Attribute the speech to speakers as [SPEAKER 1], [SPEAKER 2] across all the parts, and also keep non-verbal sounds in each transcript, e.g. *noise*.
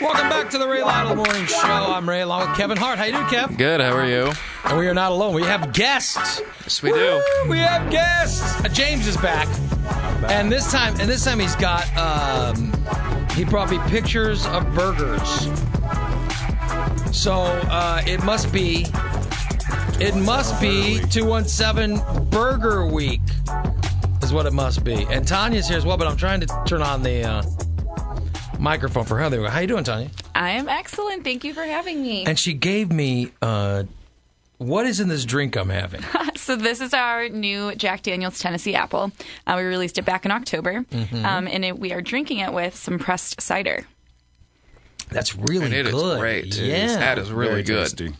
[SPEAKER 1] Welcome back to the Ray Lytle Morning Show. I'm Ray along with Kevin Hart. How you doing, Kev?
[SPEAKER 2] Good. How are you?
[SPEAKER 1] And we are not alone. We have guests.
[SPEAKER 2] Yes, we do.
[SPEAKER 1] Woo, We have guests. Uh, James is back, and this time, and this time he's got. Um, he brought me pictures of burgers. So uh, it must be. It must be 217 Burger Week, is what it must be. And Tanya's here as well, but I'm trying to turn on the uh, microphone for her. There we go. How you doing, Tanya?
[SPEAKER 3] I am excellent. Thank you for having me.
[SPEAKER 1] And she gave me uh, what is in this drink I'm
[SPEAKER 4] *laughs*
[SPEAKER 1] having.
[SPEAKER 3] So this is our new Jack Daniel's Tennessee Apple. Uh, we released it back in October,
[SPEAKER 1] Mm-hmm.
[SPEAKER 3] um, and it, we are drinking it with some pressed cider.
[SPEAKER 1] That's really
[SPEAKER 2] And it is
[SPEAKER 1] good.
[SPEAKER 2] great. It is-
[SPEAKER 1] Yeah.
[SPEAKER 2] that is really
[SPEAKER 4] Very
[SPEAKER 2] good.
[SPEAKER 4] tasty.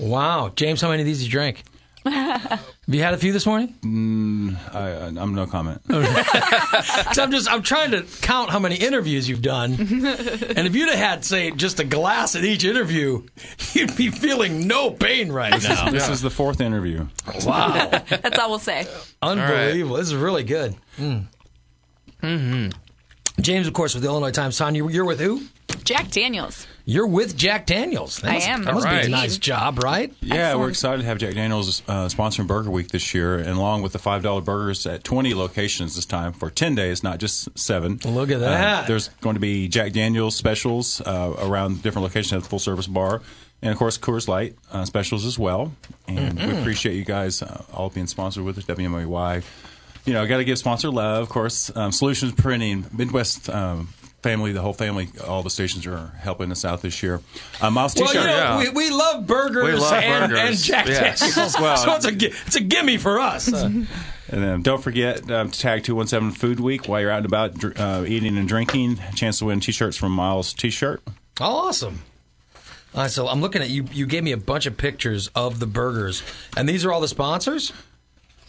[SPEAKER 1] Wow, James, how many of these did you
[SPEAKER 4] *laughs*
[SPEAKER 1] drink? Have you had a few this morning?
[SPEAKER 4] I, I, I'm no comment.
[SPEAKER 1] 'Cause I'm just I'm trying to count how many interviews you've
[SPEAKER 4] *laughs*
[SPEAKER 1] done, and if you'd have had say just a glass at each interview, *laughs* you'd be feeling no pain right now.
[SPEAKER 4] This is the fourth interview.
[SPEAKER 2] *laughs*
[SPEAKER 1] wow,
[SPEAKER 3] That's all
[SPEAKER 1] *laughs*
[SPEAKER 3] we'll say.
[SPEAKER 1] unbelievable! This is really good. Mm.
[SPEAKER 2] Mm-hmm.
[SPEAKER 1] James, of course, with the Illinois Times. Tanya, you're with who?
[SPEAKER 3] Jack Daniel's.
[SPEAKER 1] You're with Jack Daniels. That
[SPEAKER 3] I
[SPEAKER 1] must-
[SPEAKER 3] am.
[SPEAKER 1] That must be a
[SPEAKER 2] Alright.
[SPEAKER 1] nice job, right?
[SPEAKER 4] Yeah,
[SPEAKER 3] Excellent.
[SPEAKER 4] we're excited to have Jack Daniels uh, sponsoring Burger Week this year, and along with the five dollar burgers at twenty locations this time for ten days, not just seven. Uh,
[SPEAKER 1] Look at that.
[SPEAKER 4] there's going to be Jack Daniels specials uh, around different locations at the full service bar, and of course Coors Light uh, specials as well. And we appreciate you guys uh, all being sponsored with us, WMAY. You know, got to give sponsor love, of course. Um, Solutions Printing, Midwest. Um, Family, the whole family, all the stations are helping us out this year. Uh, Miles
[SPEAKER 1] Well,
[SPEAKER 4] T-shirt.
[SPEAKER 1] you know,
[SPEAKER 2] yeah.
[SPEAKER 1] we, we love burgers,
[SPEAKER 2] We love
[SPEAKER 1] and,
[SPEAKER 2] burgers.
[SPEAKER 1] and Jack
[SPEAKER 2] Yes.
[SPEAKER 1] Daniels, *laughs*
[SPEAKER 4] Well,
[SPEAKER 1] so it's a gi- it's a gimme for *laughs* us.
[SPEAKER 4] And um, don't forget um, to tag 217 Food Week while you're out and about dr- uh, eating and drinking. Chance to win t shirts from Miles T shirt.
[SPEAKER 1] Oh, awesome. All right, so I'm looking at you. You gave me a bunch of pictures of the burgers, and these are all the sponsors.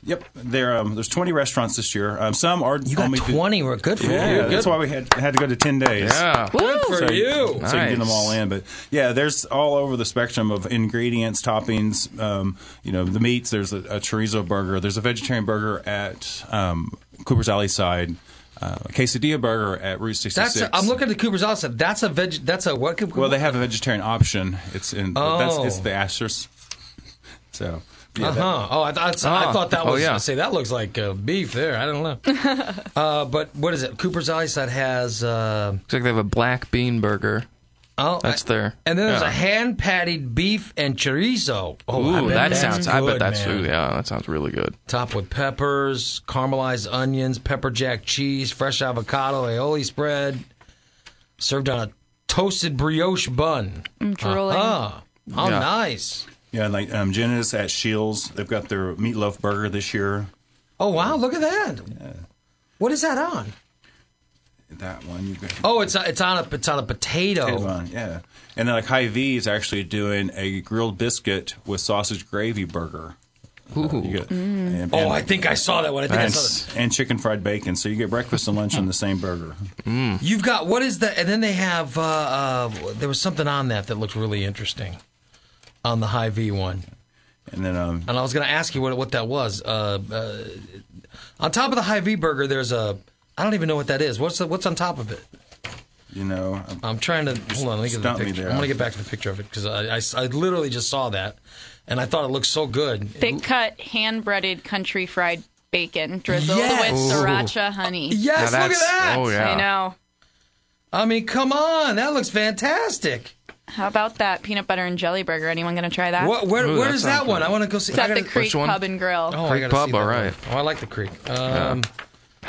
[SPEAKER 4] Yep. There, um, there's 20 restaurants this year. Um, some are
[SPEAKER 1] You got
[SPEAKER 4] only do-
[SPEAKER 1] 20. We're good for
[SPEAKER 4] yeah,
[SPEAKER 1] you.
[SPEAKER 4] that's
[SPEAKER 1] good,
[SPEAKER 4] why we had, had to go to 10 days.
[SPEAKER 2] Yeah.
[SPEAKER 1] good for
[SPEAKER 4] So
[SPEAKER 1] you.
[SPEAKER 4] so you can get them
[SPEAKER 2] Nice.
[SPEAKER 4] all in, but yeah, there's all over the spectrum of ingredients, toppings. Um, you know, the meats. There's a, a chorizo burger. There's a vegetarian burger at um, Cooper's Alley side. Uh, a quesadilla burger at Route 66.
[SPEAKER 1] That's. A, I'm looking at the Cooper's Alley. That's a veg. That's a what?
[SPEAKER 4] Well, they have a vegetarian option. It's in that's
[SPEAKER 1] Oh.
[SPEAKER 4] it's the Asher's. *laughs* So yeah,
[SPEAKER 1] Uh
[SPEAKER 4] that-
[SPEAKER 1] huh. Oh, I, thought I
[SPEAKER 2] Ah.
[SPEAKER 1] thought that
[SPEAKER 2] Oh,
[SPEAKER 1] was.
[SPEAKER 2] yeah.
[SPEAKER 1] Say that looks like uh, beef there. I don't know. uh, but what is it? Cooper's Alley side has. Uh,
[SPEAKER 2] Looks like they have a black bean burger.
[SPEAKER 1] oh,
[SPEAKER 2] That's there.
[SPEAKER 1] And then there's
[SPEAKER 2] Yeah.
[SPEAKER 1] a hand patted beef and chorizo. Oh, I
[SPEAKER 2] Ooh,
[SPEAKER 1] bet
[SPEAKER 2] that
[SPEAKER 1] that's
[SPEAKER 2] sounds. I
[SPEAKER 1] good,
[SPEAKER 2] bet that's.
[SPEAKER 1] man.
[SPEAKER 2] Ooh, yeah, that sounds really good.
[SPEAKER 1] Topped with peppers, caramelized onions, pepper jack cheese, fresh avocado, aioli spread, served on a toasted brioche bun.
[SPEAKER 3] I'm drooling.
[SPEAKER 1] Ah, how
[SPEAKER 2] Yeah.
[SPEAKER 1] nice.
[SPEAKER 4] yeah, like um, Jenna's at Shields. They've got their meatloaf burger this year.
[SPEAKER 1] Oh, wow, look at that. What is that on?
[SPEAKER 4] That one you got.
[SPEAKER 1] Oh, it's it's on a it's on a potato.
[SPEAKER 4] that one, yeah. And then like High V is actually doing a grilled biscuit with sausage gravy burger. Ooh. and,
[SPEAKER 1] Oh,
[SPEAKER 4] and-
[SPEAKER 1] I think I saw that one. I think I saw
[SPEAKER 4] and, and chicken fried bacon. So you get breakfast and lunch on the same burger.
[SPEAKER 1] that. You've got what is that? And then they have uh, uh, there was something on that that looked really interesting on the high V one.
[SPEAKER 4] And then um,
[SPEAKER 1] And I was going to ask you what what that was. Uh, uh, on top of the high V burger, there's a I don't even know what that is. What's the, what's on top of it?
[SPEAKER 4] you know, um,
[SPEAKER 1] I'm trying to hold on. Let me get the
[SPEAKER 4] stump me
[SPEAKER 1] picture.
[SPEAKER 4] there.
[SPEAKER 1] I'm going to get back to the picture of it because I, I s- I literally just saw that, and I thought it looked so good.
[SPEAKER 3] Thick cut, hand breaded, country fried bacon drizzled
[SPEAKER 1] Yes.
[SPEAKER 3] with
[SPEAKER 1] Ooh.
[SPEAKER 3] sriracha honey.
[SPEAKER 2] Now
[SPEAKER 1] Yes, look at
[SPEAKER 2] that's-
[SPEAKER 1] that.
[SPEAKER 2] Oh yeah.
[SPEAKER 3] I know.
[SPEAKER 1] I mean, come on, that looks fantastic.
[SPEAKER 3] How about that peanut butter and jelly burger? Anyone going to try that?
[SPEAKER 1] What, where
[SPEAKER 2] Ooh,
[SPEAKER 1] where
[SPEAKER 2] that
[SPEAKER 1] is that
[SPEAKER 2] sounds
[SPEAKER 1] one?
[SPEAKER 2] good.
[SPEAKER 1] I want to go see.
[SPEAKER 3] It's
[SPEAKER 1] I
[SPEAKER 3] at the
[SPEAKER 1] gotta-
[SPEAKER 3] Creek
[SPEAKER 2] one?
[SPEAKER 3] Pub and Grill.
[SPEAKER 1] Oh, I
[SPEAKER 2] Creek
[SPEAKER 1] gotta
[SPEAKER 2] Pub,
[SPEAKER 1] see that
[SPEAKER 2] all
[SPEAKER 1] one.
[SPEAKER 2] right.
[SPEAKER 1] Oh, I like the creek. Um,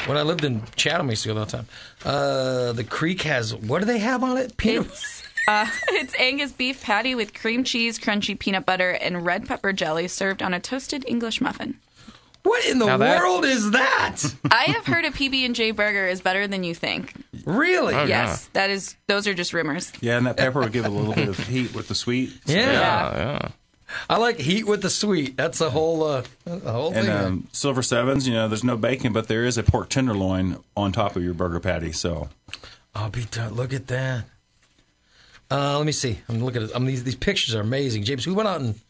[SPEAKER 1] When I lived in Chatham, I used to go there all the time. Uh, the creek has what do they have on it? Peanut.
[SPEAKER 3] It's uh, *laughs* it's Angus beef patty with cream cheese, crunchy peanut butter, and red pepper jelly served on a toasted English muffin.
[SPEAKER 1] *laughs* What in the
[SPEAKER 2] Now that-
[SPEAKER 1] world is that?
[SPEAKER 2] *laughs*
[SPEAKER 3] I have heard a PB and J burger is better than you think.
[SPEAKER 1] really?
[SPEAKER 2] Oh, yeah.
[SPEAKER 3] Yes, that is. Those are just rumors.
[SPEAKER 4] yeah, and that pepper will give a little bit of heat with the sweet.
[SPEAKER 1] Yeah.
[SPEAKER 2] Yeah. yeah.
[SPEAKER 1] I like heat with the sweet. That's a whole uh, a whole
[SPEAKER 4] And
[SPEAKER 1] thing.
[SPEAKER 4] um, silver sevens, you know, there's no bacon, but there is a pork tenderloin on top of your burger patty. So
[SPEAKER 1] I'll be done. Look at that. Uh, let me see. I'm looking at. I'm, these these pictures are amazing, James. We went out and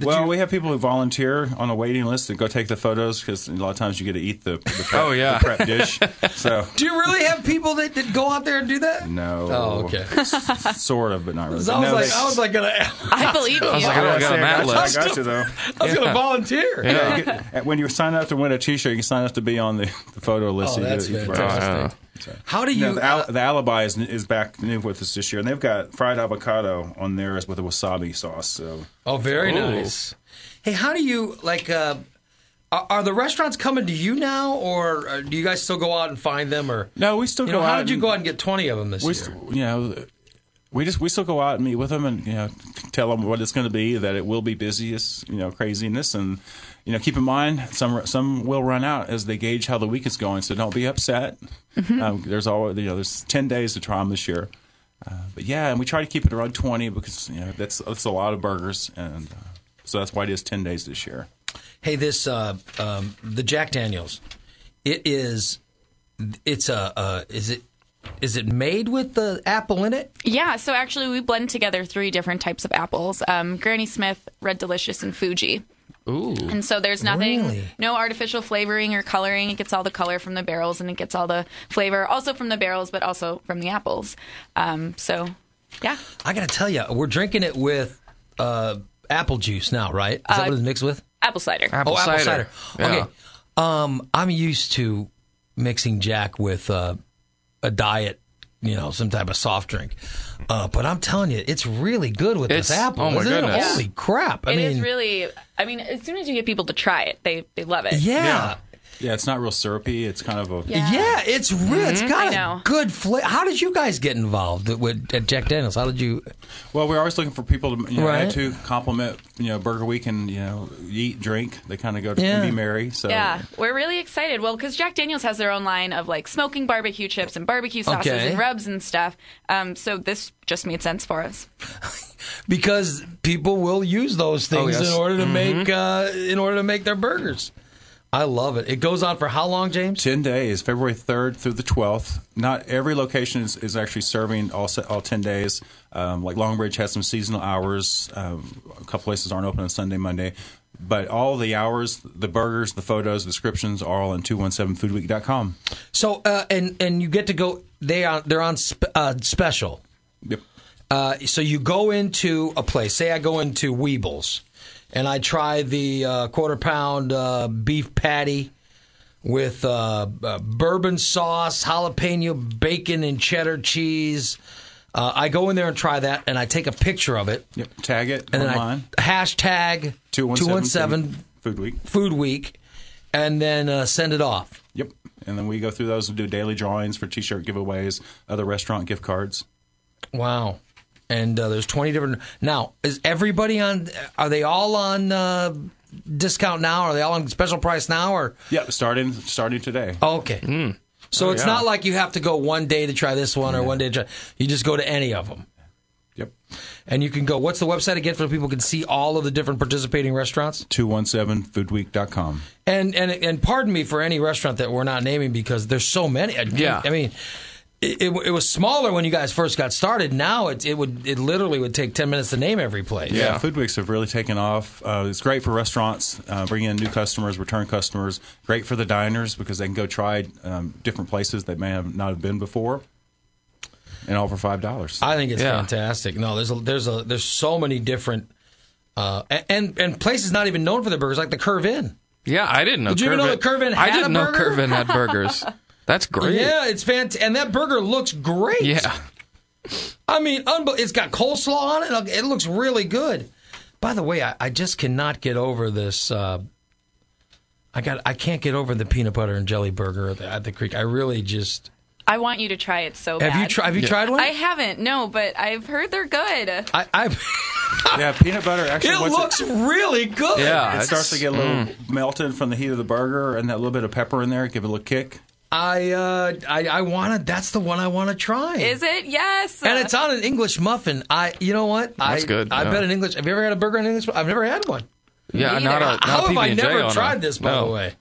[SPEAKER 4] well, we have people who volunteer on a waiting list and go take the photos because a lot of times you get to eat the, the prep,
[SPEAKER 2] Oh, yeah.
[SPEAKER 4] the
[SPEAKER 1] *laughs*
[SPEAKER 4] prep dish. So
[SPEAKER 1] Do you really have people that, that go out there and do that?
[SPEAKER 4] no,
[SPEAKER 1] Oh, okay.
[SPEAKER 4] *laughs* sort of, but not really.
[SPEAKER 1] 'Cause I was
[SPEAKER 4] No,
[SPEAKER 1] like,
[SPEAKER 4] they-
[SPEAKER 1] I was like gonna, *laughs*
[SPEAKER 3] I believe you.
[SPEAKER 2] was like, I don't got a mat
[SPEAKER 4] I
[SPEAKER 2] list.
[SPEAKER 4] got you though.
[SPEAKER 1] I was gonna volunteer.
[SPEAKER 4] Yeah, you get- when you sign up to win a T-shirt, you can sign up to be on the, the photo list.
[SPEAKER 1] Oh,
[SPEAKER 4] so you
[SPEAKER 1] that's
[SPEAKER 4] get it.
[SPEAKER 2] Oh,
[SPEAKER 1] fantastic.
[SPEAKER 2] yeah.
[SPEAKER 1] How do you?
[SPEAKER 4] You know, the, al- the alibi is, is back new with us this year, and they've got fried avocado on theirs with a wasabi sauce. So
[SPEAKER 1] oh, very
[SPEAKER 2] Ooh.
[SPEAKER 1] nice. Hey, how do you like? Uh, are, are the restaurants coming to you now, or uh, do you guys still go out and find them? Or
[SPEAKER 4] no, we still
[SPEAKER 1] you
[SPEAKER 4] go
[SPEAKER 1] know, how
[SPEAKER 4] out
[SPEAKER 1] did you
[SPEAKER 4] and-
[SPEAKER 1] go out and get twenty of them this
[SPEAKER 4] We,
[SPEAKER 1] year?
[SPEAKER 4] st- you know, we just we still go out and meet with them and you know tell them what it's going to be that it will be busiest you know craziness and you know keep in mind some some will run out as they gauge how the week is going so don't be upset.
[SPEAKER 1] Mm-hmm.
[SPEAKER 4] Um, there's always you know there's ten days to try them this year, uh, but yeah, and we try to keep it around twenty because you know that's that's a lot of burgers and uh, so that's why it is ten days this year.
[SPEAKER 1] hey this uh um the jack daniels it is it's a uh is it is it made with the apple in it
[SPEAKER 3] Yeah, so actually, we blend together three different types of apples um, Granny Smith, Red Delicious, and Fuji.
[SPEAKER 2] Ooh.
[SPEAKER 3] And so there's nothing,
[SPEAKER 1] Really?
[SPEAKER 3] no artificial flavoring or coloring. It gets all the color from the barrels and it gets all the flavor also from the barrels, but also from the apples. Um, so, yeah.
[SPEAKER 1] i gotta tell you we're drinking it with uh apple juice now right is that what it's mixed with
[SPEAKER 3] Apple cider.
[SPEAKER 2] Apple
[SPEAKER 1] oh apple cider
[SPEAKER 2] cider. Yeah.
[SPEAKER 1] okay um i'm used to mixing jack with uh a diet you know some type of soft drink uh but i'm telling you it's really good with this
[SPEAKER 2] It's-
[SPEAKER 1] apple
[SPEAKER 2] oh my
[SPEAKER 1] isn't it?
[SPEAKER 2] goodness.
[SPEAKER 1] holy crap i
[SPEAKER 3] It is
[SPEAKER 1] mean
[SPEAKER 3] really, I mean, as soon as you get people to try it, they, they love it.
[SPEAKER 1] yeah.
[SPEAKER 4] Yeah, it's not real syrupy. It's kind of a
[SPEAKER 3] Yeah. Mm-hmm.
[SPEAKER 1] Yeah, it's real. It's got
[SPEAKER 3] I
[SPEAKER 1] a
[SPEAKER 3] know.
[SPEAKER 1] good flavor. How did you guys get involved with at Jack Daniels? How did you?
[SPEAKER 4] Well, we're always looking for people to you know,
[SPEAKER 1] Right.
[SPEAKER 4] add to compliment, you know, Burger Week and you know, eat, drink. They kind of go to
[SPEAKER 1] Yeah.
[SPEAKER 4] be merry. So
[SPEAKER 3] Yeah, we're really excited. Well, because Jack Daniels has their own line of like smoking barbecue chips and barbecue sauces
[SPEAKER 1] Okay.
[SPEAKER 3] and rubs and stuff. Um, so this just made sense for us.
[SPEAKER 1] Because people will use those things
[SPEAKER 2] Oh, yes. Mm-hmm.
[SPEAKER 1] in order to make uh, in order to make their burgers. I love it. It goes on for how long, James?
[SPEAKER 4] ten days, February third through the twelfth. Not every location is, is actually serving all se- all ten days. Um, like Longbridge has some seasonal hours. Um, a couple places aren't open on Sunday, Monday. But all the hours, the burgers, the photos, descriptions are all on 217foodweek.com.
[SPEAKER 1] So uh, and and you get to go. They are they're on sp- uh, special.
[SPEAKER 4] Yep.
[SPEAKER 1] Uh, so you go into a place. Say I go into Weebles, and I try the uh, quarter pound uh, beef patty with uh, uh, bourbon sauce, jalapeno bacon, and cheddar cheese. Uh, I go in there and try that, and I take a picture of it,
[SPEAKER 4] Yep. Tag it
[SPEAKER 1] and then
[SPEAKER 4] online.
[SPEAKER 1] I hashtag
[SPEAKER 4] 217
[SPEAKER 1] 217
[SPEAKER 4] Food Week.
[SPEAKER 1] Food Week, and then uh, send it off.
[SPEAKER 4] Yep. And then we go through those and do daily drawings for t-shirt giveaways, other restaurant gift cards.
[SPEAKER 1] Wow. And uh, there's 20 different. Now, is everybody on? Are they all on uh, discount now? Are they all on special price now? Or
[SPEAKER 4] Yep, starting starting today.
[SPEAKER 1] okay. Oh, So it's not like you have to go one day to try this one or one day to try. You just go to any of them,
[SPEAKER 4] Yep.
[SPEAKER 1] and you can go. What's the website again so people can see all of the different participating restaurants?
[SPEAKER 4] 217foodweek.com.
[SPEAKER 1] And and and pardon me for any restaurant that we're not naming because there's so many. I,
[SPEAKER 2] Yeah.
[SPEAKER 1] I mean. It, it, it was smaller when you guys first got started. Now it it would it literally would take ten minutes to name every place.
[SPEAKER 4] Yeah, food weeks have really taken off. Uh, it's great for restaurants, uh, bringing in new customers, return customers. Great for the diners because they can go try um, different places they may have not have been before, and all for five dollars.
[SPEAKER 1] I think it's
[SPEAKER 2] Yeah.
[SPEAKER 1] fantastic. No, there's a, there's a there's so many different uh, a- and and places not even known for their burgers like the Curve Inn.
[SPEAKER 2] Yeah, I didn't know.
[SPEAKER 1] Did you even know that Curvin
[SPEAKER 2] I
[SPEAKER 1] had
[SPEAKER 2] didn't
[SPEAKER 1] a
[SPEAKER 2] know
[SPEAKER 1] burger?
[SPEAKER 2] Curvin
[SPEAKER 1] *laughs*
[SPEAKER 2] had burgers. That's great.
[SPEAKER 1] Yeah, it's fantastic, and that burger looks great.
[SPEAKER 2] Yeah.
[SPEAKER 1] I mean, unbe- it's got coleslaw on it. It looks really good. By the way, I, I just cannot get over this. Uh, I got I can't get over the peanut butter and jelly burger at the, at the Creek. I really just
[SPEAKER 3] I want you to try it so bad.
[SPEAKER 1] have you tried have you tried one?
[SPEAKER 3] I haven't, no, but I've heard they're good.
[SPEAKER 1] I, I- *laughs*
[SPEAKER 4] yeah, peanut butter actually.
[SPEAKER 1] it looks
[SPEAKER 4] once
[SPEAKER 1] really good.
[SPEAKER 2] Yeah.
[SPEAKER 4] It
[SPEAKER 2] It's-
[SPEAKER 4] starts to get a little melted from the heat of the burger, and that little bit of pepper in there give it a little kick.
[SPEAKER 1] I uh, I I want to. That's the one I want to try.
[SPEAKER 3] Is it? Yes.
[SPEAKER 1] And it's on an English muffin. I, you know what?
[SPEAKER 2] That's
[SPEAKER 1] I,
[SPEAKER 2] good,
[SPEAKER 1] I
[SPEAKER 2] yeah.
[SPEAKER 1] bet an English. Have you ever had a burger on an English? mu- I've never had one.
[SPEAKER 2] Yeah,
[SPEAKER 3] Me
[SPEAKER 2] not a
[SPEAKER 3] either.
[SPEAKER 2] Uh, not
[SPEAKER 1] How
[SPEAKER 2] a
[SPEAKER 1] have I
[SPEAKER 2] PB&J
[SPEAKER 1] never
[SPEAKER 2] on
[SPEAKER 1] tried
[SPEAKER 2] it.
[SPEAKER 1] this? By
[SPEAKER 2] No.
[SPEAKER 1] the way,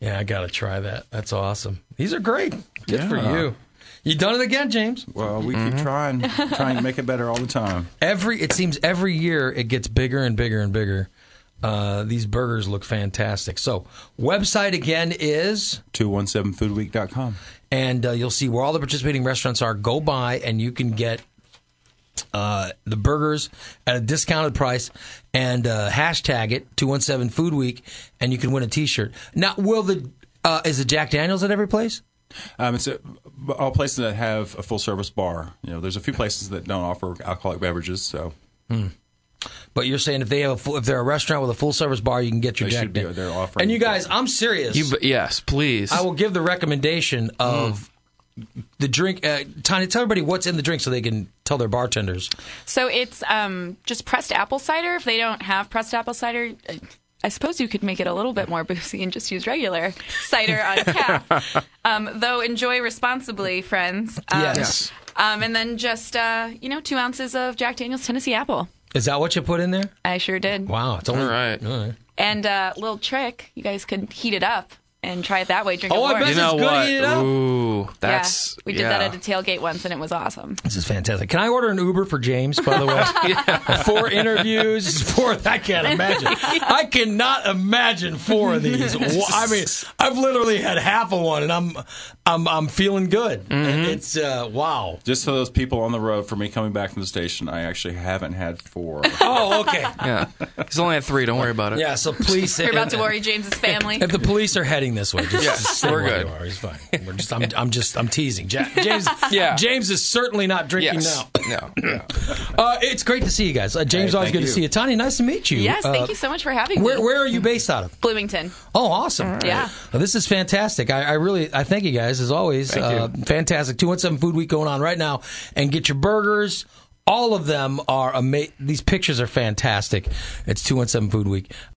[SPEAKER 1] yeah, I gotta try that. That's awesome. These are great. Good for
[SPEAKER 4] Yeah.
[SPEAKER 1] you. You done it again, James?
[SPEAKER 4] Well, we keep trying, trying to make it better all the time.
[SPEAKER 1] Every it seems every year it gets bigger and bigger and bigger. Uh, these burgers look fantastic. So website again is
[SPEAKER 4] 217foodweek.com.
[SPEAKER 1] and uh, you'll see where all the participating restaurants are. Go by, and you can get uh, the burgers at a discounted price, and uh, hashtag it two one seven Food Week, and you can win a T shirt. Now, will the uh, is the Jack Daniels at every place?
[SPEAKER 4] Um, it's a, all places that have a full service bar. You know, there's a few places that don't offer alcoholic beverages, so
[SPEAKER 1] But you're saying if they have a full, if they're a restaurant with a full service bar, you can get your
[SPEAKER 4] They
[SPEAKER 1] Jack
[SPEAKER 4] should be-
[SPEAKER 1] Dan-
[SPEAKER 4] they're offering-
[SPEAKER 1] And you guys, I'm serious.
[SPEAKER 2] You, but yes, please.
[SPEAKER 1] I will give the recommendation of the drink. Uh, Tanya, tell everybody what's in the drink so they can tell their bartenders.
[SPEAKER 3] So it's um, just pressed apple cider. If they don't have pressed apple cider, uh, I suppose you could make it a little bit more boozy and just use regular cider on tap. Um, though enjoy responsibly, friends. Um,
[SPEAKER 1] Yes.
[SPEAKER 3] Um, and then just uh, you know, two ounces of Jack Daniel's Tennessee Apple.
[SPEAKER 1] Is that what you put in there?
[SPEAKER 3] I sure did.
[SPEAKER 1] Wow, it's only
[SPEAKER 2] All right.
[SPEAKER 1] all right.
[SPEAKER 3] And uh, little trick, you guys could heat it up and try it that way. Drink
[SPEAKER 1] Oh,
[SPEAKER 3] it
[SPEAKER 1] I
[SPEAKER 3] warm.
[SPEAKER 1] bet
[SPEAKER 2] you know
[SPEAKER 1] This is good
[SPEAKER 2] what?
[SPEAKER 1] eating it up.
[SPEAKER 2] Ooh,
[SPEAKER 3] Yeah,
[SPEAKER 2] that's
[SPEAKER 3] we did
[SPEAKER 2] yeah.
[SPEAKER 3] that at a tailgate once, and it was awesome.
[SPEAKER 1] This is fantastic. Can I order an Uber for James, by the way? *laughs* Four interviews, four. I can't imagine. I cannot imagine four of these. Wha- I mean, I've literally had half of one, and I'm, I'm, I'm feeling good. It's uh, wow.
[SPEAKER 4] just so those people on the road for me coming back from the station, I actually haven't had four.
[SPEAKER 1] Oh, okay.
[SPEAKER 2] yeah. He's only at three. Don't worry about it.
[SPEAKER 1] *laughs* Yeah. So please,
[SPEAKER 3] You're
[SPEAKER 1] *laughs*
[SPEAKER 3] about to worry James's family.
[SPEAKER 1] If the police are heading this way, just, just stay
[SPEAKER 2] we're
[SPEAKER 1] where
[SPEAKER 2] good.
[SPEAKER 1] you are. He's fine. We're just, I'm, I'm just, I'm teasing. Ja- James,
[SPEAKER 2] Yeah.
[SPEAKER 1] James is certainly not drinking
[SPEAKER 2] Yes.
[SPEAKER 1] now.
[SPEAKER 2] No.
[SPEAKER 1] Uh, it's great to see you guys. Uh, James,
[SPEAKER 4] Hey,
[SPEAKER 1] always
[SPEAKER 4] thank
[SPEAKER 1] good to
[SPEAKER 4] you.
[SPEAKER 1] see you. Tanya, nice to meet you.
[SPEAKER 3] yes,
[SPEAKER 1] Uh,
[SPEAKER 3] thank you so much for having
[SPEAKER 1] Where,
[SPEAKER 3] me.
[SPEAKER 1] where are you based out of?
[SPEAKER 3] Bloomington.
[SPEAKER 1] Oh, awesome.
[SPEAKER 3] Yeah.
[SPEAKER 1] Well, this is fantastic. I, I really, I thank you guys as always. uh, Fantastic. 217 Food Week going on right now. And get your burgers. All of them are amazing. These pictures are fantastic. It's 217 Food Week.